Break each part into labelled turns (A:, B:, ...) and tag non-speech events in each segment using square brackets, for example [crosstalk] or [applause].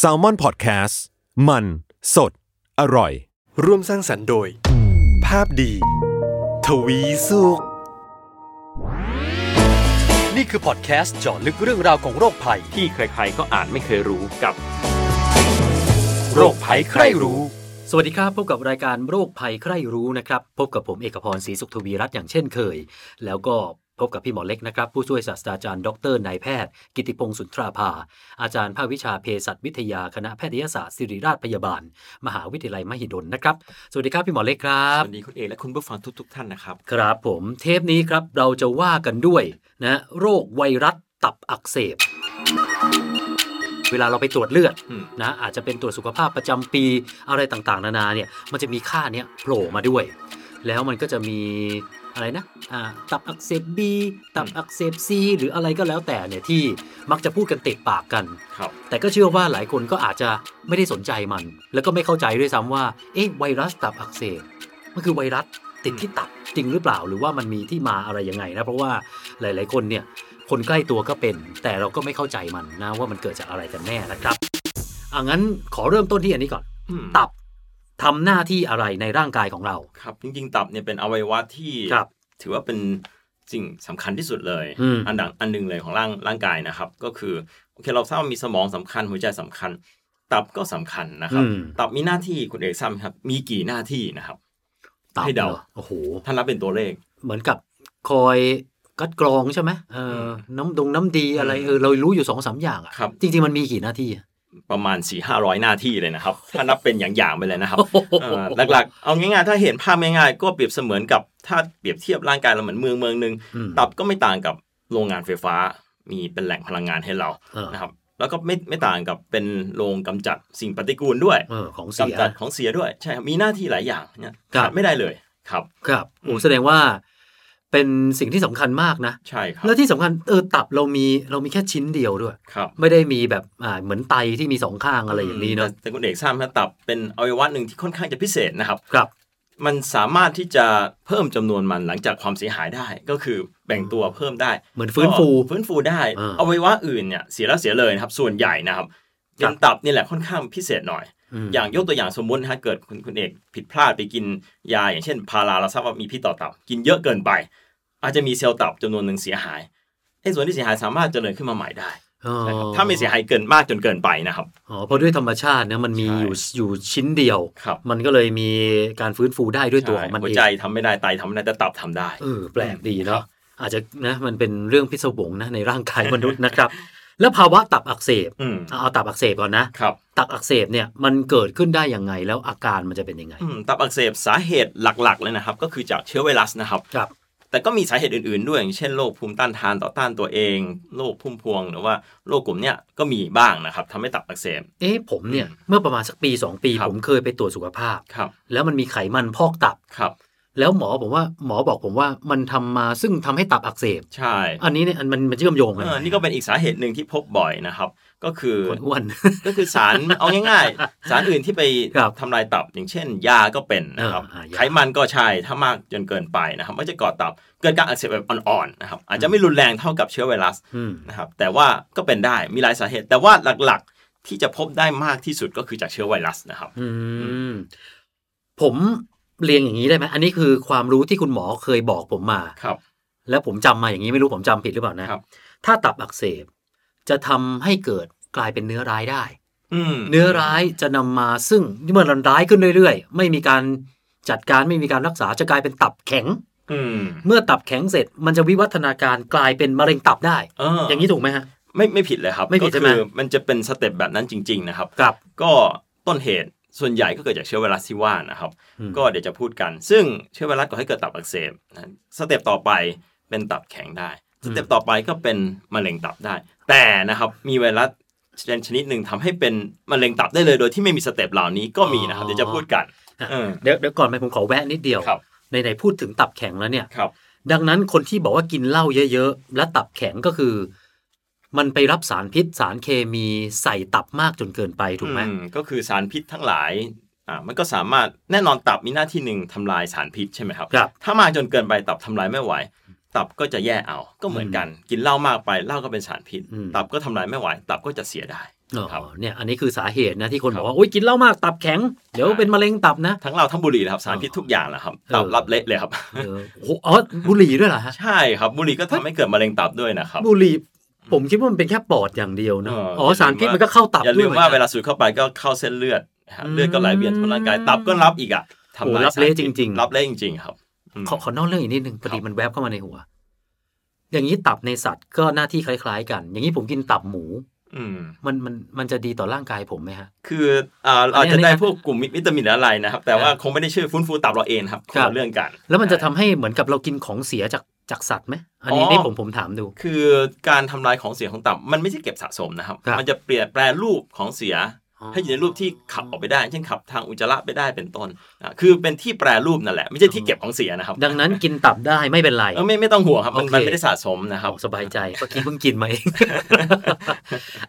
A: s a l m o n PODCAST มัน สด อร่อย
B: ร่วมสร้างสรรค์โดย ภาพดี ทวีสุข นี่คือพอดแคสต์เจาะลึกเรื่องราวของโรคภัย
C: ที่ใครๆ ก็อ่านไม่เคยรู้กับ
B: โรคภัยใครรู้
D: สวัสดีครับ พบกับรายการโรคภัยใครรู้นะครับ พบกับผมเอกพรศรีสุขทวีรัตน์อย่างเช่นเคย แล้วก็พบกับพี่หมอเล็กนะครับ ผู้ช่วยศาสตราจารย์ดรนายแพทย์ กิติพงศ์สุนทราภา อาจารย์ภาควิชาเภสัชวิทยาคณะแพทยศาสตร์ศิริราชพยาบาล มหาวิทยาลัยมหิดลนะครับ สวัสดีครับพี่หมอเล็กครั
C: ส
D: บ
C: วัสดีคุณเอกและคุณผู้ฟังทุกๆ ท่านนะครับ
D: ครับผมเทปนี้ครับเราจะว่ากันด้วยนะโรคไวรัสตับอักเสบ เวลาเราไปตรวจเลือด
C: อืม
D: นะอาจจะเป็นตรวจสุขภาพประจำปีอะไรต่างๆ นานาเนี่ยมันจะมีค่าเนี้ยโผล่มาด้วย แล้วมันก็จะมีอะไรนะอ่าตับอักเสบบีตับอักเสบซีหรืออะไรก็แล้วแต่เนี่ยที่มักจะพูดกันติดปากกัน
C: ครับ
D: แต่ก็เชื่อว่าหลายคนก็อาจจะไม่ได้สนใจมัน แล้วก็ไม่เข้าใจด้วยซ้ำว่า เอ๊ะไวรัสตับอักเสบ มันคือไวรัสติดที่ตับจริงหรือเปล่า หรือว่ามันมีที่มาอะไรยังไงนะ เพราะว่าหลาย ๆ คนเนี่ย คนใกล้ตัวก็เป็น แต่เราก็ไม่เข้าใจมันนะว่ามันเกิดจากอะไรกันแน่นะครับอ่ะงั้นขอเริ่มต้นที่อันนี้ก่อน
C: อืม
D: ตับทำหน้าที่อะไรในร่างกายของเรา
C: ครับจริงๆ ตับเนี่ยเป็นอวัยวะที่
D: ครับ
C: ถือว่าเป็นสิ่งสำคัญที่สุดเลย
D: อืม
C: นดังอันหนึงเลยของร่างร่างกายนะครับ ก็คือโอเคเราทราบว่ามีสมองสำคัญหัวใจสำคัญ ตับก็สำคัญนะครับ
D: อืม
C: ตับมีหน้าที่คุณเอกทราบไหมครับ มีกี่หน้าที่นะครับ
D: ตับ
C: ให้
D: เหร
C: เดา
D: อโอ้โห
C: ถ้านับเป็นตัวเลข
D: เหมือนกับคอยกัดกรองใช่ไหมเอออน้ำดงน้ำดีอะไรเออเรารู้อยู่สองสามอย่างอะ
C: ครับ
D: จริง ๆ มันมีกี่หน้าที่อะ
C: ประมาณ4ี่ห้าร้อยหน้าที่เลยนะครับ ถ้านับเป็นอย่างๆไปเลยนะครับเอ่อหลักๆ เอาง่ายๆ ถ้าเห็นภาพง่ายๆ ก็เปรียบเสมือนกับถ้าเปรียบเทียบร่างกายเราเหมือนเมืองเมืองหนึ่ง
D: อืม
C: ตับก็ไม่ต่างกับโรงงานไฟฟ้า มีเป็นแหล่งพลังงานให้เรา
D: เออ
C: นะครับ แล้วก็ไม่ไม่ต่างกับเป็นโรงกำจัดสิ่งปฏิกูลด้วย
D: เออของเสีย
C: กำจัดของเสียด้วยใช่ครับมีหน้าที่หลายอย่างเนี่ย
D: ครับ
C: ขาดไม่ได้เลยครับ
D: ครับโอ้
C: อืม
D: แสดงว่าเป็นสิ่งที่สำคัญมากนะ
C: ใช่ครับ
D: แล้วที่สำคัญเออตับเรามีเรามีแค่ชิ้นเดียวด้วย
C: ครับ
D: ไม่ได้มีแบบอ่าเหมือนไตที่มีสองข้างอะไรอย่างนี้เนาะ
C: แต่แต่คุณเอกทราบไหมตับเป็นอวัยวะหนึ่งที่ค่อนข้างจะพิเศษนะครับ
D: ครับ
C: มันสามารถที่จะเพิ่มจำนวนมันหลังจากความเสียหายได้ก็คือแบ่งตัวเพิ่มได้
D: เหมือนฟื้นฟู
C: ฟื้นฟูได้
D: เออ
C: อวัยวะอื่นเนี่ยเสียแล้วเสียเลยนะครับ ส่วนใหญ่นะครับ
D: ครับ
C: ยังตับนี่แหละค่อนข้างพิเศษหน่อย
D: ม
C: อย่างยกตัวอย่างสมมตินะฮะเกิดคุณคุณเอกผิดพลาดไปกินยาอย่างเช่น พาราเราทราบว่ามีพิษต่อตับ กินเยอะเกินไป อาจจะมีเซลล์ตับจำนวนหนึ่งเสียหายไอ้ส่วนที่เสียหายสามารถเจริญขึ้นมาใหม่ได้
D: อ๋อ
C: นะครับถ้าไม่เสียหายเกินมากจนเกินไปนะครับ
D: อ๋อเพราะด้วยธรรมชาตินะมันมี
C: ใช่
D: อยู่อยู่ชิ้นเดียว
C: ครับ
D: มันก็เลยมีการฟื้นฟูได้ด้วยตัวของมัน
C: หัว
D: เอง
C: ใจทำไม่ได้ไตทำไม่ได้แต่ตับทำได้
D: เออแปลกดีเนาะอาจจะนะมันเป็นเรื่องพิศวงนะในร่างกายมนุษย์นะครับ แล้วภาวะตับอักเสบ
C: อืม
D: เอาเอาตับอักเสบก่อนนะครับ ตับอักเสบเนี่ยมันเกิดขึ้นได้ยังไงแล้วอาการมันจะเป็นยังไง
C: อืมตับอักเสบสาเหตุหลักๆเลยนะครับ ก็คือจากเชื้อไวรัสนะครับ
D: ครับ
C: แต่ก็มีสาเหตุอื่นๆด้วยอย่างเช่นโรคภูมิต้านทานต่อต้านตัวเองโรคพุ่มพวง หรือว่าโรคกลุ่มเนี้ยก็มีบ้างนะครับทำให้ตับอักเสบ
D: เอ๊ะผมเนี่ยเมื่อประมาณสักปี 2 ปี
C: ครับ
D: ผมเคยไปตรวจสุขภาพ
C: ครับ
D: แล้วมันมีไขมันพอกตับ
C: ครับ
D: แล้วหมอผมว่าหมอบอกผมว่ามันทำมาซึ่งทำให้ตับอักเสบ
C: ใช่
D: อันนี้เนี่ยอันมันมันเชื่อมโยงกั
C: เอน อนี่ก็เป็นอีกสาเหตุหนึ่งที่พบบ่อยนะครับ ก็คือ
D: คนอ้วน
C: ก็คือสาร เอาง่ายๆ สารอื่นที่ไป
D: ครับ
C: ทำลายตับ อย่างเช่น ยาก็เป็นนะครับ
D: เอออ่ายา
C: ไขมันก็ใช่ถ้ามากจนเกินไปนะครับก็จะก่อตับเกิดการอักเสบแบบอ่อนๆนะครับอาจจะไม่รุนแรงเท่ากับเชื้อไวรัส
D: อืม
C: นะครับแต่ว่าก็เป็นได้มีหลายสาเหตุ แต่ว่าหลักๆที่จะพบได้มากที่สุดก็คือจากเชื้อไวรัสนะครับ
D: อืมผมเรียงอย่างนี้ได้ไหมอันนี้คือความรู้ที่คุณหมอเคยบอกผมมา
C: ครับ
D: แล้วผมจำมาอย่างนี้ไม่รู้ผมจำผิดหรือเปล่านะ
C: ครับ
D: ถ้าตับอักเสบจะทำให้เกิดกลายเป็นเนื้อร้ายได้
C: อืม
D: เนื้อร้ายจะนำมาซึ่งเมื่อมันร้ายขึ้นเรื่อยๆ ไม่มีการจัดการไม่มีการรักษาจะกลายเป็นตับแข็ง
C: อืม
D: เมื่อตับแข็งเสร็จมันจะวิวัฒนาการกลายเป็นมะเร็งตับได้
C: เออ
D: อ
C: อย่าง
D: นี้ถูกไหมฮะ
C: ไม่ไม่ผิดเลยครับ
D: ไม่ผิด
C: ก็
D: ใช่ไหม
C: คือมันจะเป็นสเต็ปแบบนั้นจริง ๆ นะครับ
D: ครับ
C: ก็ต้นเหตุส่วนใหญ่ก็เกิดจากเชื้อไวรัสที่ว่านะครับ
D: อืม
C: ก็เดี๋ยวจะพูดกัน ซึ่งเชื้อไวรัสก่อให้เกิดตับอักเสบนะสเต็ปต่อไปเป็นตับแข็งได้ สเต็ปต่อไปก็เป็นมะเร็งตับได้ แต่นะครับมีไวรัส ชนิดหนึ่งทำให้เป็นมะเร็งตับได้เลยโดยที่ไม่มีสเต็ปเหล่านี้ก็มีนะครับเดี๋ยวจะพูดกัน เออ
D: เดี๋ยวเดี๋ยวก่อนไปผมขอแวะนิดเดียว
C: ครับ
D: ในไหนๆพูดถึงตับแข็งแล้วเนี่ย
C: ครับ
D: ดังนั้นคนที่บอกว่ากินเหล้าเยอะๆ และตับแข็งก็คือ มันไปรับสารพิษสารเคมีใส่ตับมากจนเกินไปถูกไหม
C: อืก็คือสารพิษทั้งหลาย อ่า มันก็สามารถแน่นอนตับมีหน้าที่หนึ่งทำลายสารพิษใช่ไหมครับ
D: ครับ
C: ถ้ามากจนเกินไปตับทำลายไม่ไหว ตับก็จะแย่เอา ก็เหมือนกัน กินเหล้ามากไปเหล้าก็เป็นสารพิษ
D: อืม
C: ตับก็ทำลายไม่ไหว ตับก็จะเสียได้ ครับ
D: อ๋อเนี่ยอันนี้คือสาเหตุนะที่คนบอกว่าโอ๊ยกินเหล้ามากตับแข็ง เดี๋ยวเป็นมะเร็งตับนะ
C: ทั้งเราทั้งบุหรี่นะครับสารพิษทุกอย่างแหละครับ ตับ
D: เออ
C: รับเละเลย
D: [laughs]
C: ครับ
D: เออโอ้โหอ๋อบุหรี่ด้วยเหรอฮะ
C: ใช่ครับบุหรี่ก็ทำให้เกิดมะเร็งตับด้วยนะครับ
D: บุหรี่ผมคิดว่ามันเป็นแค่ปอดอย่างเดียวนะ
C: เอออ๋
D: อ๋อ
C: อย่าลืม
D: สารพิษ
C: ว่า
D: มันก็เข้าตับ
C: อย่า
D: ด้
C: ลื
D: วย
C: มว่า
D: หมือนกัน
C: เวลาสูดเข้าไปก็เข้าเส้นเลือดนะครับ
D: อืม
C: เลือดก็ไหลเวียนทั่วร่างกาย ตับก็รับอีกอ่ะทำ
D: โอ้
C: ลาย
D: รับเละจริงๆ
C: รับเละจริงๆครับอืม
D: ขอขอนอกเรื่องอีกนิดนึงพอดีมันแวบเข้ามาในหัว อย่างนี้ตับในสัตว์ก็หน้าที่คล้าย ๆ กัน อย่างนี้ผมกินตับหมู
C: อืม
D: มันมันมันจะดีต่อร่างกายผมไหมฮะ
C: คืออ่าเรา
D: อั
C: อา
D: นนี้
C: จจะได้
D: อันนี้
C: พวกกลุ่มวิตามินอะไรนะครับ แต่ว่า
D: อ่า
C: คงไม่ได้ช่วยฟื้นฟูตับเราเองครับ
D: ครับ
C: นละเรื่องกัน
D: แล้วมันจะทำ
C: อ่า
D: ให้เหมือนกับเรากินของเสียจากจากสัตว์ไหมอันนี้
C: อ๋อ
D: นี่ผมผมถามดู
C: คือการทำลายของเสียของตับมันไม่ใช่เก็บสะสมนะครับ
D: ครับ
C: มันจะเปลี่ยนแปลรูปของเสีย ให้อยู่ในรูปที่ขับออกไปได้ เช่นขับทางอุจจาระไปได้เป็นต้นอ่าคือเป็นที่แปรรูปนั่นแหละ ไม่ใช่ที่เก็บของเสียนะครับ
D: ดังนั้นกินตับได้ไม่เป็นไร
C: เออไม่ไม่ต้องห่วงครับมัน
D: โอเค
C: มันไม่ได้สะสมนะครับ
D: สบายใจเมื่อกี้เพิ่งกินมา [laughs] เอง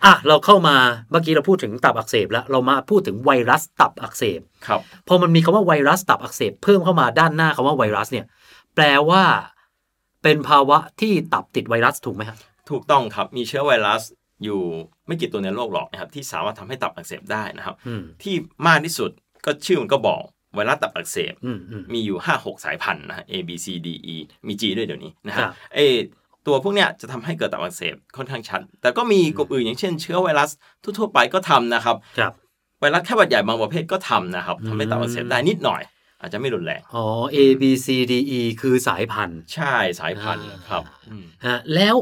D: อ่ะเราเข้ามาเมื่อกี้เราพูดถึงตับอักเสบแล้วเรามาพูดถึงไวรัสตับอักเสบ
C: ครับ
D: พอมันมีคำว่าไวรัสตับอักเสบเพิ่มเข้ามาด้านหน้าคำว่าไวรัสเนี่ย แปลว่า เป็นภาวะที่ตับติดไวรัสถูกไหมครับ
C: ถูกต้องครับ มีเชื้อไวรัสอยู่ไม่กี่ตัวในโลกหรอกนะครับที่สามารถทำให้ตับอักเสบได้นะครับ
D: อืม
C: ที่มากที่สุดก็ชื่อมันก็บอกไวรัสตับอักเสบ
D: อืมอืม
C: มีอยู่ 5 6 สายพันธุ์นะฮะ A B C D E มี G ด้วยเดี๋ยวนี้นะ
D: ครั
C: ฮะ
D: บ
C: เออตัวพวกเนี้ยจะทำให้เกิดตับอักเสบค่อนข้างชัด แต่ก็มีกลุ่มอื่นอย่างเช่นเชื้อไวรัสทั่วๆไปก็ทำนะครับ
D: ครับ
C: ไวรัสแค่หวัดใหญ่บางประเภทก็ทำนะครับ
D: อืม
C: ทำให้ตับอักเสบได้นิดหน่อย อาจจะไม่รุนแรง
D: อ๋อ A B C D E คือสายพันธุ์
C: ใช่สายพันธุ์ครับอืม
D: ฮะ แล้ว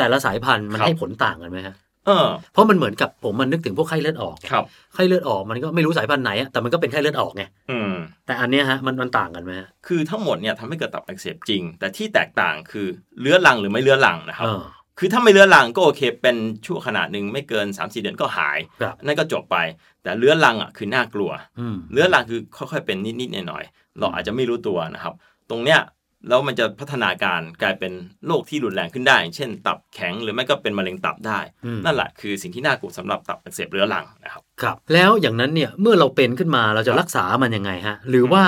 D: แต่ละสายพันธุ์มัน
C: ครับ
D: ให้ผลต่างกันไหมฮะ
C: เออ
D: เพราะมันเหมือนกับผมมันนึกถึงพวกไข้เลือดออก
C: ครับ
D: ไข้เลือดออกมันก็ไม่รู้สายพันธุ์ไหนอะแต่มันก็เป็นไข้เลือดออกไง
C: อืม
D: แต่อันเนี้ยฮะมันมันต่างกันไหมฮะ
C: คือทั้งหมดเนี่ยทำให้เกิดตับอักเสบจริง แต่ที่แตกต่างคือเลื้อรังหรือไม่เลื้อรังนะครับ
D: เออ
C: คือถ้าไม่เลื้อรังก็โอเค เป็นชั่วขนาดหนึ่งไม่เกิน3 4เดือนก็หาย
D: ครับ
C: นั่นก็จบไป แต่เลื้อรังอ่ะคือน่ากลัว
D: อืม
C: เลื้อรังคือค่อยๆเป็นนิดๆหน่อยๆเราอาจจะไม่รู้ตัวนะครับ ตรงเนี้ยแล้วมันจะพัฒนาการกลายเป็นโรคที่รุนแรงขึ้นได้อย่างเช่น ตับแข็งหรือไม่ก็เป็นมะเร็งตับได้
D: อืม
C: นั่นแหละคือสิ่งที่น่ากลัวสำหรับตับอักเสบเรื้อรังนะครับ
D: ครับ แล้วอย่างนั้นเนี่ยเมื่อเราเป็นขึ้นมาเราจะรักษามันยังไงฮะ หรือว่า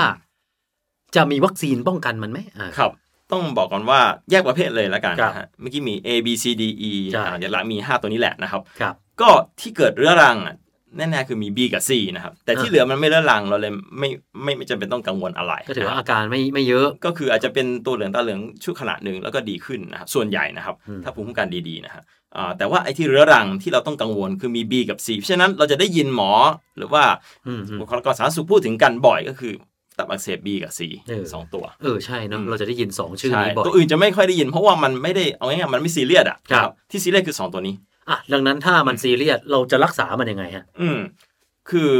D: จะมีวัคซีนป้องกันมันไหมอ่า
C: ครับ ต้องบอกก่อนว่าแยกประเภทเลยละกัน
D: ครับ
C: นะฮะเมื่อกี้มี A B C D E
D: ใช่
C: อ่าเดี๋ยวละมี 5 ตัวนี้แหละนะครับ
D: ครับ
C: ก็ที่เกิดเรื้อรังอ่ะแน่ๆคือมี B กับ C นะครับ แต่
D: อ่า
C: ที่เหลือมันไม่เรื้อรังเราเลยไม่ไม่ไม่จำเป็นต้องกังวลอะไร
D: ก็ถือว่า
C: นะครับ
D: อาการไม่ไม่เยอะ
C: ก็คืออาจจะเป็นตัวเหลืองตาเหลืองชั่วขณะหนึ่งแล้วก็ดีขึ้นนะครับส่วนใหญ่นะครับ
D: อืม
C: ถ้าภูมิคุ้มกันดีๆนะฮะอ่าแต่ว่าไอ้ที่เรื้อรังที่เราต้องกังวลคือมี B กับ C เพราะฉะนั้นเราจะได้ยินหมอหรือว่า
D: อืมอืม
C: บุคลากรสาธารณสุขพูดถึงกันบ่อยก็คือตับอักเสบ B กับ C
D: เออ
C: สองตัว
D: เออใช่เนอะ
C: อืม
D: เราจะได้ยินสองชื่อ
C: ใช่
D: นี้บ่อย
C: ตัวอื่นจะไม่ค่อยได้ยินเพราะว่ามันไม่ได้เอาง่ายๆมันไม่ซีเรียสอ่ะ
D: ครับ
C: ที่ซีเรียสคือสองตัวนี้
D: อ่ะดังนั้นถ้ามันซีเรียสเราจะรักษามันยังไงฮะ
C: อืมคือ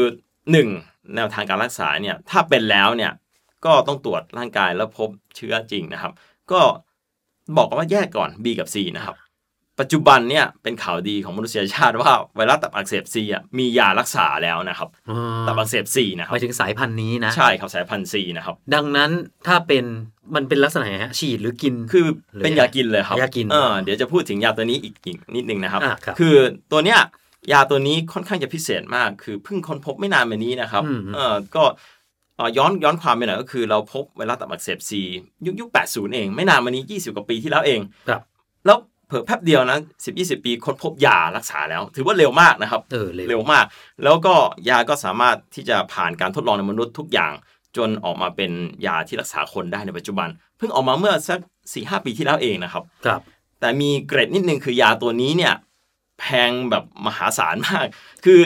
C: หนึ่งแนวทางการรักษาเนี่ยถ้าเป็นแล้วเนี่ยก็ต้องตรวจร่างกายแล้วพบเชื้อจริงนะครับ ก็บอกกันว่าแยกก่อน B กับ C นะครับ ปัจจุบันเนี่ยเป็นข่าวดีของมนุษยชาติว่าไวรัสตับอักเสบ C อ่ะมียารักษาแล้วนะครับ
D: อ๋อ
C: ตับอักเสบ C นะ
D: ห
C: ครับ
D: มายถึงสายพันธุ์นี้นะ
C: ใช่ครับสายพันธุ์ C นะครับ
D: ดังนั้นถ้าเป็นมันเป็นลักษณะไงฮะ ฉีดหรือกิน
C: คือเป็นยากินเลยครับ
D: ยากิน
C: เออเดี๋ยวจะพูดถึงยาตัวนี้อีกอีกนิดนึงนะครับ
D: อ่ะครับ
C: คือตัวเนี้ยยาตัวนี้ค่อนข้างจะพิเศษมาก คือเพิ่งค้นพบไม่นานมานี้นะครับ
D: อืม
C: เออก็เอ่อย้อนย้อนความไปหน่อยก็คือเราพบไวรัสตับอักเสบซียุคยุค80 เอง ไม่นานมานี้ 20 กว่าปีที่แล้วเอง
D: ครับ
C: แล้วเผลอแป๊บเดียวนะ10 20 ปีค้นพบยารักษาแล้ว ถือว่าเร็วมากนะครับ
D: เออเลย
C: เร็วมาก แล้วก็ยาก็สามารถที่จะผ่านการทดลองในมนุษย์ทุกอย่าง จนออกมาเป็นยาที่รักษาคนได้ในปัจจุบัน เพิ่งออกมาเมื่อสัก4ีหปีที่แล้วเองนะครับ
D: ครับ
C: แต่มีเกรดนิดนึงคือยาตัวนี้เนี่ย แพงแบบมหาศาลมาก [laughs] คือ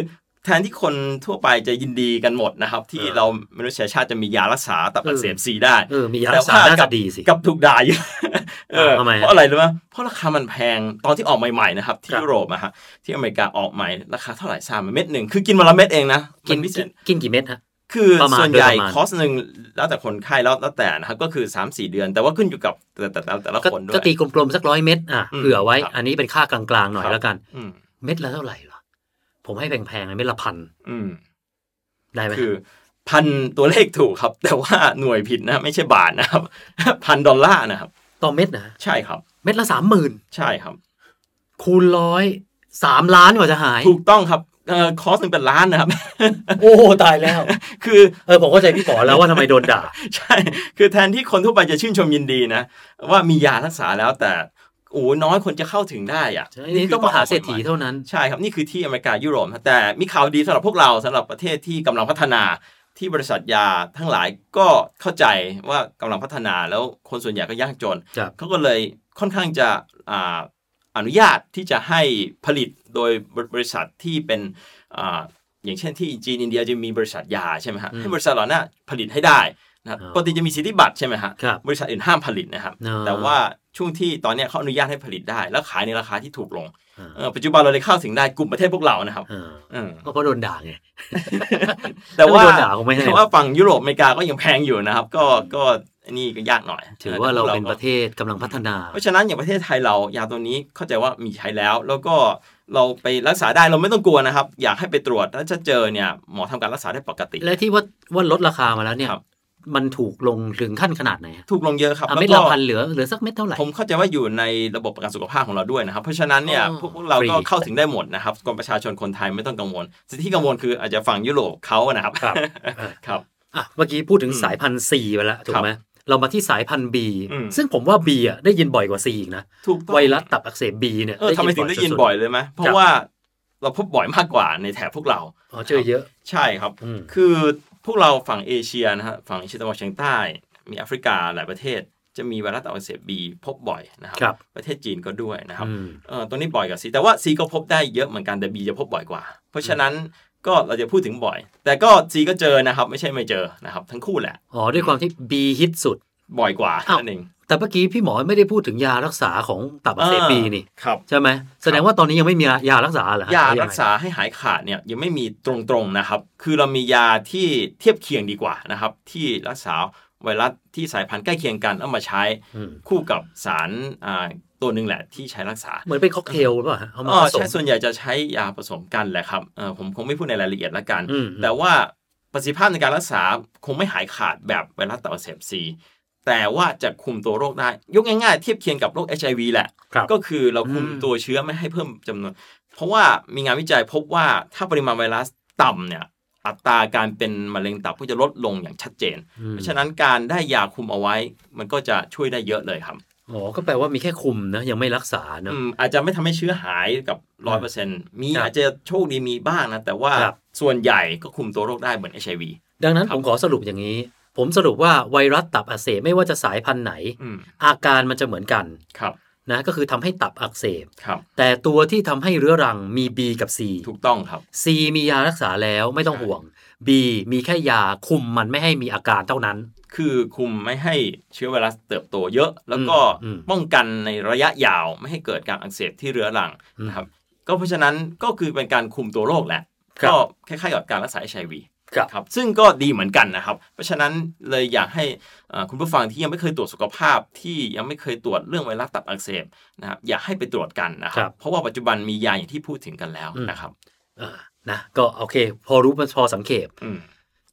C: แทนที่คนทั่วไปจะยินดีกันหมดนะครับ ที่
D: เออ
C: เรามนุษยชาติจะมียารักษาตับอักเสบซีได้
D: เออมียารักษา
C: แต่ว่
D: น่า
C: กั
D: จะดีสิ
C: กับถูกด่าเยอะ [laughs] เออ
D: ทำไมฮะ
C: เพราะอะไรรู้ไหมเพราะราคามันแพงตอนที่ออกใหม่ๆนะครับ ที่
D: ครับ
C: ยุโรปอะฮะที่อเมริกาออกใหม่ราคาเท่าไหร่ทราบไหมเม็ดหนึ่งคือกินวันละเม็ดเองนะ
D: กิน
C: มัพิเศษ
D: กินกี่เม็ดฮะ
C: คือ
D: ประมาณ
C: ส่วนใหญ่
D: โดยประมาณ
C: คอสหนึ่งแล้วแต่คนไข้แล้วแล้วแต่นะครับก็คือ3 4 เดือน แต่ว่าขึ้นอยู่กับแต่แต่แต่แต่ละ
D: ก็
C: คนด้ว
D: ก็
C: ย
D: ตีกลมๆสักร้อยเม็ดอ่ะ
C: อืม
D: เผื่อไว้
C: ครับ
D: อันนี้เป็นค่ากลางๆหน่อย
C: ครับ
D: แล้วกัน
C: อืม
D: เม็ดละเท่าไหร่เหรอ ผมให้แพงๆเลยเม็ดละพัน
C: อืม
D: ได้ไหม
C: คือพันตัวเลขถูกครับ [laughs] แต่ว่าหน่วยผิดนะ ไม่ใช่บาทนะครับ [laughs] พันดอลลาร์นะครับ
D: ต่อเม็ดนะ
C: ใช่ครับ
D: เม็ดละสามหมื่น
C: ใช่ครับ
D: คูณร้อยสามล้านกว่าจะหาย
C: ถูกต้องครับเอ่อคอสหนึ่งเป็นล้านนะครับ [laughs]
D: โอ้ตายแล้ว
C: คือ
D: เออผมเข้าใจพี่ป๋อแล้วว่าทำไมโดนด่า
C: ใช่ คือแทนที่คนทั่วไปจะชื่นชมยินดีนะ ว่ามียารักษาแล้วแต่โอ้น้อยคนจะเข้าถึงได้อะ
D: อันนี้
C: คื
D: ต้องมหาเศรษฐีเท่านั้น
C: ใช่ครับ นี่คือที่อเมริกายุโรปนะแต่มีข่าวดีสำหรับพวกเราสำหรับประเทศที่กำลังพัฒนาที่บริษัทยาทั้งหลายก็เข้าใจว่ากำลังพัฒนาแล้วคนส่วนใหญ่ก็ยากจน
D: ครับ
C: เขาก็เลยค่อนข้างจะอ่าอนุญาตที่จะให้ผลิตโดยบริษัทที่เป็นอาอย่างเช่นที่จีนอินเดียจะมีบริษัทยาใช่ไหมฮะ
D: อืม
C: ให้บริษัทเหล่านั้นผลิตให้ได้นะครับ
D: อ๋อ
C: ปกติจะมีสิทธิบัตรใช่ไหมฮะ
D: ครับ
C: บริษัทอื่นห้ามผลิตนะครับ
D: อ๋อ
C: แต่ว่าช่วงที่ตอนเนี้ยเขาอนุญาตให้ผลิตได้ แล้วขายในราคาที่ถูกลง
D: อ่า
C: เออปัจจุบันเราเลยเข้าถึงได้กลุ่มประเทศพวกเรานะครับ
D: อ่า
C: อืม
D: ก็เพราะโดนด่าไง
C: แต่ว่า
D: ถ้าไม่โดนด่าคงไม่ให้
C: แต่ว่าฝั่งยุโรปอเมริกาก็ยังแพงอยู่นะครับ ก็ก็อันนี่ก็ยากหน่อย
D: ถือว่าเราเป็น
C: ก็
D: ประเทศกำลังพัฒนา
C: เพราะฉะนั้นอย่างประเทศไทยเรายาตัวนี้เข้าใจว่ามีใช้แล้ว แล้วก็เราไปรักษาได้เราไม่ต้องกลัวนะครับ อยากให้ไปตรวจถ้าจะเจอเนี่ยหมอทำการรักษาได้ปกติ
D: และที่ว่าว่าลดราคามาแล้วเนี่ย
C: ครับ
D: มันถูกลงถึงขั้นขนาดไหนอะ
C: ถูกลงเยอะครับ
D: อ่ะ
C: แล้ว
D: เม็ด
C: ก็
D: ละพันเหลือเหลือสักเม็ดเท่าไหร่
C: ผมเข้าใจว่าอยู่ในระบบประกันสุขภาพของเราด้วยนะครับ เพราะฉะนั้นเนี่ย
D: อ๋อ
C: พวกพวกเรา
D: ฟ
C: ก็
D: รี
C: เข้าถึงได้หมดนะครับกรมประชาชนคนไทยไม่ต้องกังวล สิ่งที่กังวลคืออาจจะฝั่งยุโรปเขาอะนะครับ
D: ครับ
C: ครับ
D: อ่ะเมื่อกี้พูดถึง
C: อืม
D: สายพันธุ์ C ไปแล้วถูกไหมเรามาที่สายพันธุ์ B
C: อืม
D: ซึ่งผมว่า B อ่ะได้ยินบ่อยกว่า C อีกนะ
C: ถูกต้อง
D: ไวรัสตับอักเสบ B เนี่ย
C: เออทำไมถึงได้ยินบ่อยเลยไหมเพราะว่าเราพบบ่อยมากกว่าในแถบพวกเรา
D: อ๋อเจอเยอะ
C: ใช่ครับ
D: อืม
C: คือพวกเราฝั่งเอเชียนะฮะฝั่งเอเชียตะวันออกเฉียงใต้ มีแอฟริกาหลายประเทศ จะมีไวรัสตับอักเสบบีพบบ่อยนะครั
D: ครับ
C: ประเทศจีนก็ด้วยนะครับ
D: อืม
C: เอ่อตัวนี้บ่อยกับซีแต่ว่าซีก็พบได้เยอะเหมือนกันแต่บีจะพบบ่อยกว่า เพราะฉะนั้นก็เราจะพูดถึงบ่อย แต่ก็ซีก็เจอนะครับ ไม่ใช่ไม่เจอนะครับ ทั้งคู่แหละ
D: อ๋อด้วยความที่ B ฮิตสุด
C: บ่อยกว่า
D: อ้าว
C: นั่นเอง
D: แต่เมื่อกี้พี่หมอไม่ได้พูดถึงยารักษาของตับอักเสบ B นี่
C: อ่าครับ
D: ใช่ไหมแสดงว่าตอนนี้ยังไม่มียารักษาเหรอฮะ
C: ยา
D: หอ
C: รั
D: ง
C: ก
D: ไง
C: ษาให้หายขาดเนี่ยยังไม่มีตรงๆนะครับ คือเรามียาที่เทียบเคียงดีกว่านะครับ ที่รักษาไวรัสที่สายพันธุ์ใกล้เคียงกันเอามาใช้
D: อืม
C: คู่กับสารอ่าตัวหนึ่งแหละที่ใช้รักษา
D: เหมือนเป็นค็อกเทลหรือเปล่าฮะเอามา
C: อ๋อ
D: ผสม
C: ใช่ส่วนใหญ่จะใช้ยาผสมกันแหละครับเอ่อผมคงไม่พูดในรายละเอียดละกัน
D: อืมอืม
C: แต่ว่าประสิทธิภาพในการรักษาคงไม่หายขาดแบบไวรัสตับอักเสบซีแต่ว่าจะคุมตัวโรคได้ ยกง่ายๆเทียบเคียงกับโรค HIV แหละ
D: ครับ
C: ก็คือเราคุม
D: อืม
C: ตัวเชื้อไม่ให้เพิ่มจำนวน เพราะว่ามีงานวิจัยพบว่าถ้าปริมาณไวรัสต่ำเนี่ย อัตราการเป็นมะเร็งตับก็จะลดลงอย่างชัดเจน
D: อืม
C: เพราะฉะนั้นการได้ยาคุมเอาไว้ มันก็จะช่วยได้เยอะเลยครับ
D: อ๋อก็แปลว่ามีแค่คุมนะยังไม่รักษาเนอะ
C: อืมอาจจะไม่ทำให้เชื้อหายกับร้อยเปอร์เซ็นต์มี
D: ครับ
C: อาจจะโชคดีมีบ้างนะ แต่ว่า
D: ครับ
C: ส่วนใหญ่ก็คุมตัวโรคได้เหมือน HIV
D: ดังนั้น
C: ครั
D: ผ
C: บ
D: มขอสรุปอย่างนี้ ผมสรุปว่าไวรัสตับอักเสบไม่ว่าจะสายพันธุ์ไหน
C: อืม
D: อาการมันจะเหมือนกัน
C: ครับ
D: นะก็คือทำให้ตับอักเสบ
C: ครับ
D: แต่ตัวที่ทำให้เรื้อรังมี B กับ C
C: ถูกต้องครับ
D: C มียารักษาแล้วไม่ต้อง
C: ใช่
D: ห่วง B มีแค่ยาคุมมันไม่ให้มีอาการเท่านั้น
C: คือคุมไม่ให้เชื้อไวรัสเติบโตเยอะ แล้วก็
D: อืมอืม
C: ป้องกันในระยะยาวไม่ให้เกิดการอักเสบที่เรื้อรัง
D: อืม
C: นะครับก็เพราะฉะนั้นก็คือเป็นการคุมตัวโรคแหละ
D: ครับ
C: ก็คล้ายๆกับการรักษา HIV
D: ครับ
C: ครับซึ่งก็ดีเหมือนกันนะครับ เพราะฉะนั้นเลยอยากให้เอ่อคุณผู้ฟังที่ยังไม่เคยตรวจสุขภาพที่ยังไม่เคยตรวจเรื่องไวรัสตับอักเสบนะครับอยากให้ไปตรวจกันนะค
D: ครั
C: รับบ เพราะว่าปัจจุบันมียาอย่างที่พูดถึงกันแล้วนะครับ
D: อ่านะก็โอเค พอรู้พอสังเกต
C: อืม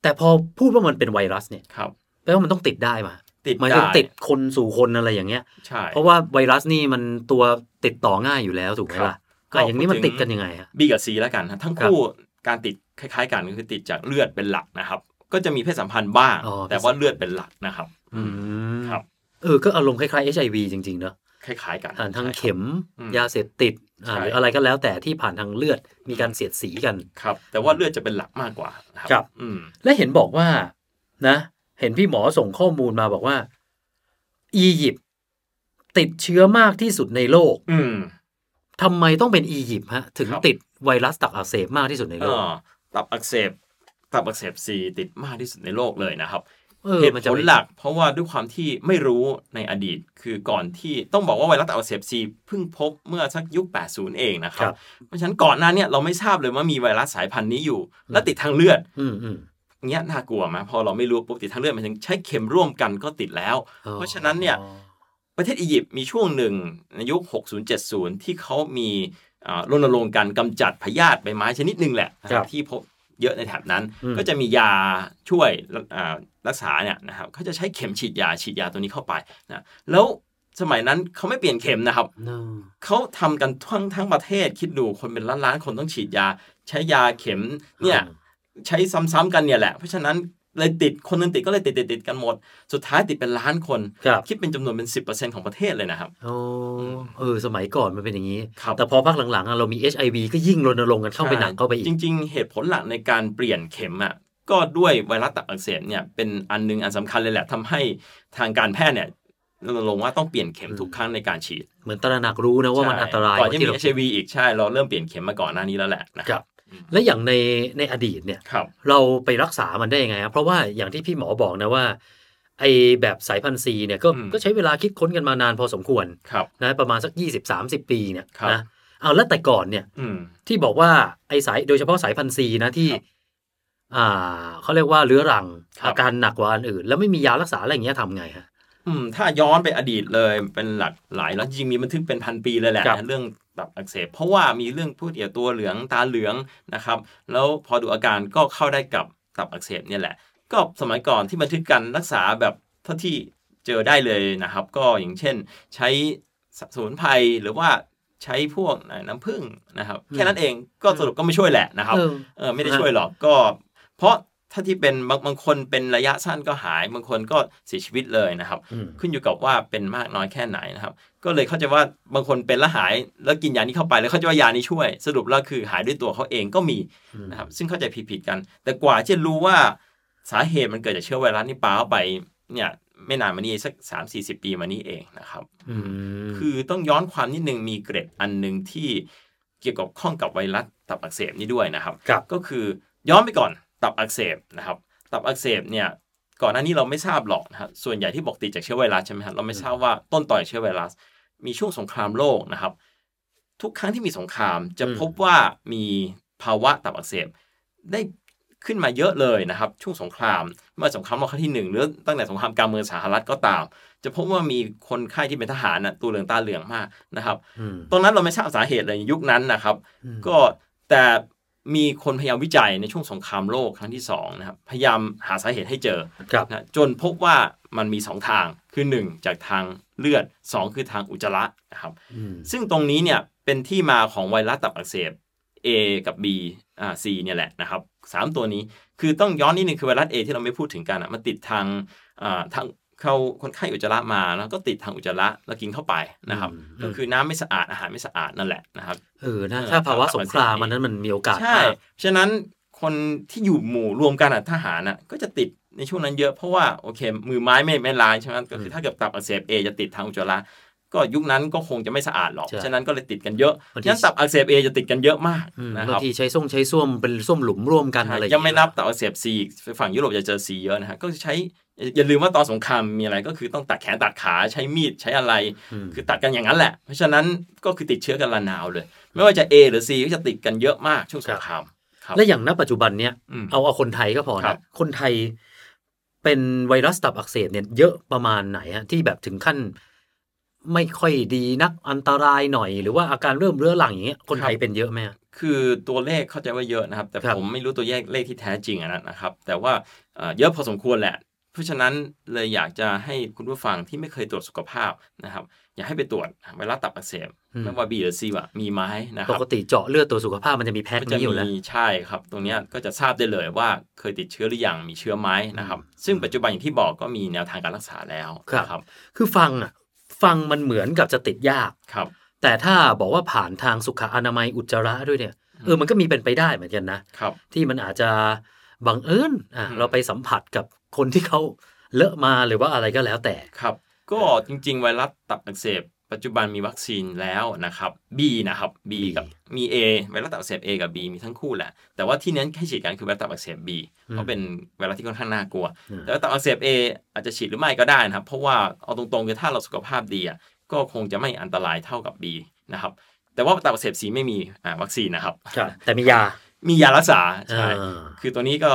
D: แต่พอพูดว่ามันเป็นไวรัสเนี่ย
C: ครับ
D: แปลว่ามันต้องติดได้มา
C: ติด
D: หมายถึง
C: ได้
D: ติดคนสู่คนอะไรอย่างเงี้ย
C: ใช่
D: เพราะว่าไวรัสนี่มันตัวติดต่อง่ายอยู่แล้วถูกไหม
C: ครับ
D: ล่ะอ่ะอย่างนี้มัน
C: ก็พูดถึง
D: ติดกันยังไงฮะ
C: B กับ C แล้วกันนะทั้ง
D: ครับ
C: คู่การติดคล้ายๆกันก็คือติดจากเลือดเป็นหลักนะครับ ก็จะมีเพศสัมพันธ์บ้าง
D: อ๋อ
C: แต่ว่าเลือดเป็นหลักนะครับ
D: อืม
C: ครับ
D: เออก็อารมณ์คล้ายๆ HIV จริงๆเนอะ
C: คล้ายๆกัน
D: ผ่านทางเข็ม
C: อืม
D: ยาเสพติดอ่า
C: ใช่
D: หรืออะไรก็แล้วแต่ที่ผ่านทางเลือดมีการเสียดสีกัน
C: ครับ แต่ว่าเลือดจะเป็นหลักมากกว่านะครับ อืม
D: และเห็นบอกว่านะ เห็นพี่หมอส่งข้อมูลมาบอกว่า อียิปต์ติดเชื้อมากที่สุดในโลก
C: อืม
D: ทำไมต้องเป็นอียิปต์ฮะถึง
C: ครับ
D: ติดไวรัสตับอักเสบมากที่สุดในโล
C: เอ่
D: ก
C: อตับอักเสบตับอักเสบ C ติดมากที่สุดในโลกเลยนะครับ
D: เออ
C: เหตุ
D: มัน
C: ผ
D: จะ
C: ล
D: ไม่
C: หลัก เพราะว่าด้วยความที่ไม่รู้ในอดีต คือก่อนที่ต้องบอกว่าไวรัสตับอักเสบซีเพิ่งพบเมื่อสักยุค 80 เองนะครั
D: ครับ บ
C: เพราะฉะนั้นก่อนหน้าเนี่ยเราไม่ทราบเลยว่ามีไวรัสสายพันธุ์นี้อยู่ และติดทางเลือด
D: อืมอืม
C: เงี้ยน่ากลัวไหมพอเราไม่รู้ปุ๊บติดทางเลือดมันถึงใช้เข็มร่วมกันก็ติดแล้ว เพราะฉะนั้นเนี่ย ประเทศอียิปต์มีช่วงหนึ่งในยุค 6070 ที่เขามี อ่ารณรงค์การกำจัดพยาธิใบไม้ชนิดหนึ่งแหละนะ
D: ค
C: ค
D: รั
C: รับบ ที่พบเยอะในแถบนั้น
D: อืม
C: ก็จะมียาช่วยอ่ารักษาเนี่ยนะครับเขาจะใช้เข็มฉีดยาฉีดยาตัวนี้เข้าไปนะแล้วสมัยนั้นเขาไม่เปลี่ยนเข็มนะครับ
D: No
C: เขาทำกันทั้งทั้งประเทศคิดดูคนเป็นล้านล้านๆคนต้องฉีดยา ใช้ยาเข็มเนี่ยใช้ซ้ำๆกันเนี่ยแหละ เพราะฉะนั้นเลยติดคนหนึงติดก็เลยติดติดติดๆๆกันหมด สุดท้ายติดเป็นล้านคน
D: ครับ
C: คิดเป็นจำนวนเป็น 10%ของประเทศเลยนะครับ
D: โอ้เออ สมัยก่อนมันเป็นอย่างนี้
C: ครับ
D: แต่พอพักหลังๆอะเรามี HIV ก็ยิ่งรณรงค์กันเข้าไปหนักเข้าไปอีก
C: จริง ๆ เหตุผลหลักในการเปลี่ยนเข็มอ่ะก็ด้วยไวรัสตับอักเสบเนี่ยเป็นอันหนึงอันสำคัญเลยแหละทำให้ทางการแพทย์เนี่ยรณรงค์ว่าต้องเปลี่ยนเข็มทุกครั้งในการฉีด
D: เหมือนตระหนักรู้นะว่ามันอันตราย
C: ใช่ก่อนจะมี
D: เรา
C: HIV อีกใช่เราเริ่มเปลี่ยนเข็มมาก่อนหน้านี้แล้วแหละนะ
D: ค
C: ค
D: รั
C: รับ
D: และอย่างในในอดีตเนี่ย
C: ครับ
D: เราไปรักษามันได้ยังไงครับเพราะว่าอย่างที่พี่หมอบอกนะว่าไอแบบสายพันธุ์ซีเนี่ยก็
C: อืม
D: ก็ใช้เวลาคิดค้นกันมานานพอสมควร
C: ครับ
D: นะประมาณสัก 20-30 ปีเนี่ย
C: ครับ
D: นะเอาแล้วแต่ก่อนเนี่ย
C: อืม
D: ที่บอกว่าไอสายโดยเฉพาะสายพันธุ์ซีนะที่
C: ครับ
D: อ่าเขาเรียกว่าเรื้อรัง
C: ครับ
D: อาการหนักกว่าอันอื่น แล้วไม่มียารักษาอะไรอย่างเงี้ยทำไงฮะ
C: อืมถ้าย้อนไปอดีตเลยเป็นหลักหลายแล้วจริงๆมีบันทึกเป็นพันปีเลยแหละ
D: ครับ
C: นะเรื่องตับอักเสบเพราะว่ามีเรื่องผู้เตี่ยวตัวเหลืองตาเหลืองนะครับ แล้วพอดูอาการก็เข้าได้กับตับอักเสบเนี่ยแหละ ก็สมัยก่อนที่บันทึกกันรักษาแบบเท่าที่เจอได้เลยนะครับ ก็อย่างเช่น ใช้สมุนไพรหรือว่าใช้พวกน้ำผึ้งนะครับ แค่นั้นเองก็สรุปก็ไม่ช่วยแหละนะครับ
D: เออ
C: เออไม่ได้
D: ฮะ
C: ช่วยหรอกก็ เพราะถ้าที่เป็นบางบางคนเป็นระยะสั้นก็หายบางคนก็เสียชีวิตเลยนะครับ
D: อืม
C: ขึ้นอยู่กับว่าเป็นมากน้อยแค่ไหนนะครับ ก็เลยเข้าใจว่าบางคนเป็นแล้วหายแล้วกินยานี้เข้าไปแล้วเข้าใจว่ายานี้ช่วย สรุปแล้วคือหายด้วยตัวเขาเองก็มีนะครับ ซึ่งเข้าใจผิดๆกัน แต่กว่าจะรู้ว่าสาเหตุมันเกิดจากเชื้อไวรัสนี่ปาเข้าไปเนี่ยไม่นานมานี้สักสามสี่สิบปีมานี้เองนะครับ
D: อืม
C: คือต้องย้อนความนิดนึงมีเกร็ดอันหนึ่งที่เกี่ยวกับข้องกับไวรัสตับอักเสบนี่ด้วยนะครับ
D: ครับ
C: ก็คือย้อนไปก่อนตับอักเสบนะครับ ตับอักเสบเนี่ยก่อนหน้านี้เราไม่ทราบหรอกนะครับส่วนใหญ่ที่บอกติดจากเชื้อไวรัสใช่ไหมครับเราไม่ทราบว่าต้นต่อจากเชื้อไวรัส มีช่วงสงครามโลกนะครับ ทุกครั้งที่มีสงครามจะพบว่ามีภาวะตับอักเสบได้ขึ้นมาเยอะเลยนะครับ ช่วงสงครามเมื่อสงครามโลกครั้งที่หนึ่งหรือตั้งแต่สงครามกลางเมืองสหรัฐก็ตาม จะพบว่ามีคนไข้ที่เป็นทหารนะตัวเหลืองตาเหลืองมากนะครับ
D: ม
C: ตรงนั้นเราไม่ทราบสาเหตุเลยในยุคนั้นนะครับ
D: อืม
C: ก็แต่มีคนพยายามวิจัยในช่วงสงครามโลกครั้งที่สองนะครับพยายามหาสาเหตุให้เจอ
D: ครับ
C: นะจนพบว่ามันมี 2 ทางคือ 1 จากทางเลือด 2 คือทางอุจจาระนะครับ
D: อืม
C: ซึ่งตรงนี้เนี่ยเป็นที่มาของไวรัสตับอักเสบ A กับ B อ่า C เนี่ยแหละนะครับสามตัวนี้คือต้องย้อนนิดนึงคือไวรัส A ที่เราไม่พูดถึงกันอ่ะมันติดทางอ่าทางเขาคนไข้อุจจาระมาแล้วก็ติดทางอุจจาระแล้วกินเข้าไปนะครับ
D: อืม
C: ก็คือน้ำไม่สะอาดอาหารไม่สะอาดนั่นแหละนะครับ
D: เออนะ
C: เออ
D: ถ้าภาวะ
C: ครับ
D: สงครามมันนั้นมันมีโอกาส
C: ใช่
D: มาก
C: ฉะนั้นคนที่อยู่หมู่รวมกันอ่ะทหารอ่ะก็จะติดในช่วงนั้นเยอะเพราะว่าโอเค มือไม้ไม่ไม่ล้างใช่ไหมก็คือถ้าเกิดตับอักเสบ A จะติดทางอุจจาระก็ยุคนั้นก็คงจะไม่สะอาดหรอกฉะนั้นก็เลยติดกันเยอะฉะนั้นตับอักเสบ A จะติดกันเยอะมาก
D: อืม
C: นะ
D: บา
C: ค
D: ง
C: รับ
D: ทีใช้ส้มใช้ส้วมเป็นส้วมหลุมร่วมกัน
C: ใช่
D: อะไรอาง
C: ยัง
D: เงี้
C: ไม่นับแต่ว่าเสียบซีอีกฝั่งยุโรปจะเจอซีเยอะนะฮะก็ใช้อย่าลืมว่าตอนสงครามมีอะไรก็คือต้องตัดแขนตัดขาใช้มีดใช้อะไร
D: อืม
C: คือตัดกันอย่างนั้นแหละ เพราะฉะนั้นก็คือติดเชื้อกันระนาวเลย ไม่ว่าจะ A หรือ C ก็จะติดกันเยอะมากช่วงสงครามครับ
D: และอย่างณปัจจุบันเนี้ย
C: อืม
D: เอาเอาคนไทยก็พอ
C: ครั
D: นะ
C: บ
D: คนไทยเป็นไวรัสตับอักเสบเนี่ยเยอะประมาณไหนฮะที่แบบถึงขั้น ไม่ค่อยดีนักอันตรายหน่อย หรือว่าอาการเริ่มเรื้อรังอย่างเงี้ยคนไทยเป็นเยอะไหมฮะ
C: คือตัวเลขเข้าใจว่าเยอะนะครับ แต่
D: ครับ
C: ผมไม่รู้ตัวแยกเลขที่แท้จริงอะนะนะครับ แต่ว่าเอ่อเยอะพอสมควรแหละ เพราะฉะนั้นเลยอยากจะให้คุณผู้ฟังที่ไม่เคยตรวจสุขภาพนะครับ อยากให้ไปตรวจไวรัสตับอักเสบไม่ว่า B หรือ C ว่ะมีไหมนะค
D: ป
C: รับ
D: กติเจาะเลือดตัวสุขภาพมันจะมีแพ็ค
C: ก็จะ
D: นี้อยู่แล้ว
C: มีใช่ครับ ตรงเนี้ยก็จะทราบได้เลยว่าเคยติดเชื้อหรือยังมีเชื้อไหมนะครับ ซึ่งปัจจุบันอย่างที่บอกก็มีแนวทางการรักษาแล้ว
D: ครับ
C: นะครับ
D: คือฟังอ่ะฟังมันเหมือนกับจะติดยาก
C: ครับ
D: แต่ถ้าบอกว่าผ่านทางสุขอนามัยอุจจาระด้วยเนี่ยเออมันก็มีเป็นไปได้เหมือนกันนะ
C: ครับ
D: ที่มันอาจจะบังเอิญอ่ะ
C: อืม
D: เราไปสัมผัสกับคนที่เขาเลอะมาหรือว่าอะไรก็แล้วแต่
C: ครับ ก็จริง ๆ ไวรัสตับอักเสบ ปัจจุบันมีวัคซีนแล้วนะครับ B นะครับ B กับมี A ไวรัสตับอักเสบ A กับ B มีทั้งคู่แหละ แต่ว่าที่เน้นให้ฉีดกันคือไวรัสตับอักเสบ B เพราะเป็นไวรัสที่ค่อนข้างน่ากลัว
D: อืม
C: แต่ว่าตับอักเสบ A อาจจะฉีดหรือไม่ก็ได้นะครับ เพราะว่าเอาตรงๆคือถ้าเราสุขภาพดีอ่ะก็คงจะไม่อันตรายเท่ากับ B นะครับ แต่ว่าตับอักเสบ C ไม่มีอ่าวัคซีนนะครับ
D: แต่มียา
C: มียารักษาใช่
D: อ่า
C: คือตัวนี้ก็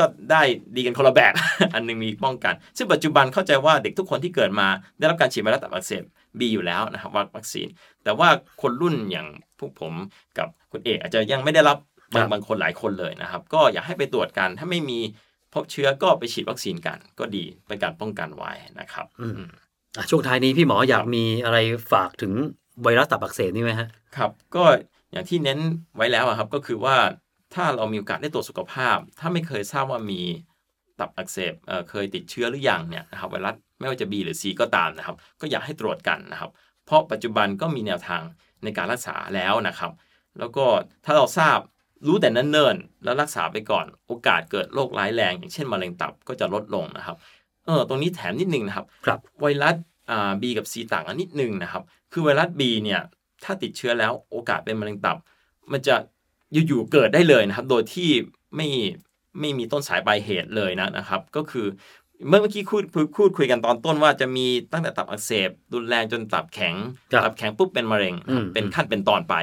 C: ก็ได้ดีกันคนละแบบ [laughs] อันหนึงมีป้องกัน ซึ่งปัจจุบันเข้าใจว่าเด็กทุกคนที่เกิดมาได้รับการฉีดไวรัสตับอักเสบบีอยู่แล้วนะครับวัควัคซีน แต่ว่าคนรุ่นอย่างพวกผมกับคุณเอกอาจจะยังไม่ได้รับ
D: ครับบ
C: างบางคนหลายคนเลยนะครับ ก็อยากให้ไปตรวจกัน ถ้าไม่มีพบเชื้อก็ไปฉีดวัคซีนกัน ก็ดีเป็นการป้องกันไว้นะครับ
D: อืม
C: อืม
D: อ่ะช่วงท้ายนี้พี่หมออยา
C: ค
D: ก
C: รับ
D: มีอะไรฝากถึงไวรัสตับอักเสบนี่ไหมฮะ
C: ครับก็อย่างที่เน้นไว้แล้วอะครับก็คือว่าถ้าเรามีโอกาสได้ตรวจสุขภาพ ถ้าไม่เคยทราบว่ามีตับอักเสบเอ่อเคยติดเชื้อหรือยังเนี่ยนะครับไวรัสไม่ว่าจะ B หรือ C ก็ตามนะครับ ก็อยากให้ตรวจกันนะครับ เพราะปัจจุบันก็มีแนวทางในการรักษาแล้วนะครับ แล้วก็ถ้าเราทราบรู้แต่เนิ่นๆแล้วรักษาไปก่อน โอกาสเกิดโรคร้ายแรง อย่างเช่นมะเร็งตับก็จะลดลงนะครับเออตรงนี้แถมนิดนึงนะครับ
D: ครับ
C: ไวรัสอ่า B กับ C ต่างกันนิดนึงนะครับ คือไวรัส B เนี่ย ถ้าติดเชื้อแล้วโอกาสเป็นมะเร็งตับ มันจะอยู่ๆเกิดได้เลยนะครับ โดยที่ไม่ไม่มีต้นสายปลายเหตุเลยนะนะครับ ก็คือเมื่อเมื่อกี้พูดพูดพูดคุยกันตอนต้นว่าจะมีตั้งแต่ตับอักเสบรุนแรงจนตับแข็ง
D: ครับ
C: ตับแข็งปุ๊บเป็นมะเร็งนะครับ
D: อืม
C: เป็นขั้นเป็นตอนไป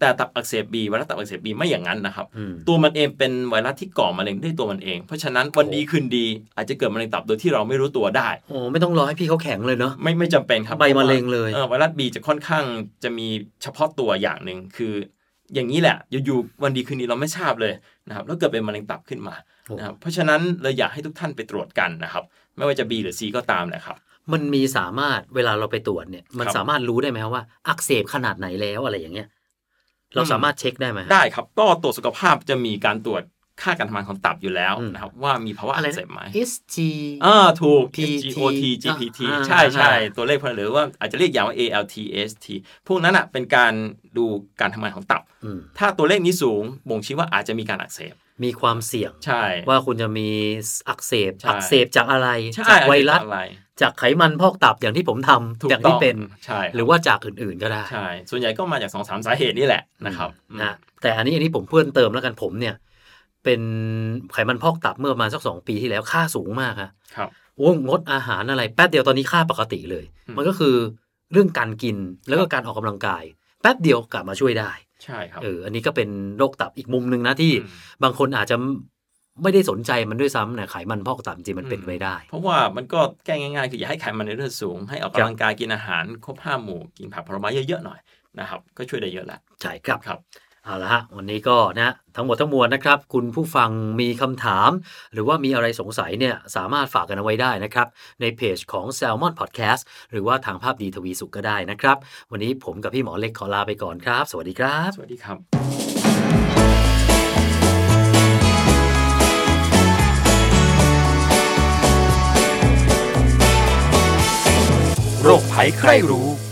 C: แต่ตับอักเสบ B ไวรัสตับอักเสบ B ไม่อย่างนั้นนะครับ
D: อืม
C: ตัวมันเองเป็นไวรัสที่ก่อมะเร็งด้วยตัวมันเอง เพราะฉะนั้นวัน
D: โอ้
C: ดีคืนดี อาจจะเกิดมะเร็งตับโดยที่เราไม่รู้ตัวได้
D: โอ้ไม่ต้องรอให้พี่เขาแข็งเลยเนาะ
C: ไม่ไม่จำเป็นครับ
D: ใบมะเร็งเลย
C: ออไวรัสบีจะค่อนข้างจะมีเฉพาะตัวอย่างหนึ่งคือ อย่างนี้แหละอยู่ๆวันดีคืนดีเราไม่ทราบเลยนะครับแล้วเกิดเป็นมะเร็งตับขึ้นมานะครับเพราะฉะนั้นเลยอยากให้ทุกท่านไปตรวจกันนะครับ ไม่ว่าจะ B หรือ C ก็ตามนะครับ
D: มันมีสามารถเวลาเราไปตรวจเนี่ย มัน
C: ครับ
D: สามารถรู้ได้ไหมครับว่า อักเสบขนาดไหนแล้วอะไรอย่างเงี้ย เรา
C: อืม
D: สามารถเช็คได้ไหมฮะ
C: ได้ครับก็ตรวจสุขภาพจะมีการตรวจค่าการทำงานของตับอยู่แล้ว
D: อืม
C: นะครับว่ามีภาวะอั
D: อะไร
C: กเส
D: นะ
C: บไหม
D: SG
C: อ่าถูก
D: PT
C: GOT GPT
D: อ่า
C: ใช่ใช่
D: อ่า
C: ตัวเลขพวกนั้นหรือว่าอาจจะเรียกอย่างว่า ALT ST พวกนั้นอ่ะเป็นการดูการทำงานของตับ
D: อืม
C: ถ้าตัวเลขนี้สูงบ่งชี้ว่าอาจจะมีการอักเสบ
D: มีความเสี่ยง
C: ใช่
D: ว่าคุณจะมีอักเสบ
C: ใช่
D: อักเสบจากอะไร
C: ใช่
D: จากไวรัส
C: อะไร
D: จากไขมันพอกตับอย่างที่ผมทำ
C: ถูก
D: อย่าง
C: ต้
D: ที่
C: อง
D: เป็น
C: ใช่ครับ
D: หรือว่าจากอื่นๆก็ได้
C: ใช่ ส่วนใหญ่ก็มาจากสองสามสาเหตุนี่แหละนะครับอืม
D: นะแต่อันนี้อันนี้ผมเพิ่มเติมแล้วกันผมเนี่ย เป็นไขมันพอกตับเมื่อประมาณสักสองปีที่แล้วค่าสูงมากฮะ
C: ครับ
D: โอ้งดอาหารอะไรแป๊บเดียวตอนนี้ค่าปกติเลย
C: อืม
D: มันก็คือเรื่องการกินแล้วก็การออกกำลังกาย แป๊บเดียวกลับมาช่วยได้
C: ใช่ครับ
D: เอออันนี้ก็เป็นโรคตับอีกมุมหนึ่งนะที่
C: ม
D: บางคนอาจจะไม่ได้สนใจมันด้วยซ้ำนะไขมันพอกตับจริงมันเป็นไปได้
C: เพราะว่ามันก็แก้ง่ายๆ คืออย่าให้ไขมันในเลือดสูง ให้ออกกำลังกายกินอาหารครบห้าหมู่กินผักผลไม้เยอะๆหน่อยนะครับ ก็ช่วยได้เยอะแล้ว
D: ใช่ครับ
C: ครับ
D: เอาละฮะวันนี้ก็นะทั้งหมดทั้งมวลนะครับ คุณผู้ฟังมีคำถาม หรือว่ามีอะไรสงสัยเนี่ยสามารถฝากกันเอาไว้ได้นะครับ ในเพจของ Salmon Podcast หรือว่าทางภาพดีทวีสุขก็ได้นะครับ วันนี้ผมกับพี่หมอเล็กขอลาไปก่อนครับ สวัสดีครับ
C: สวัสดีครับ
B: โรคภัยใครรู้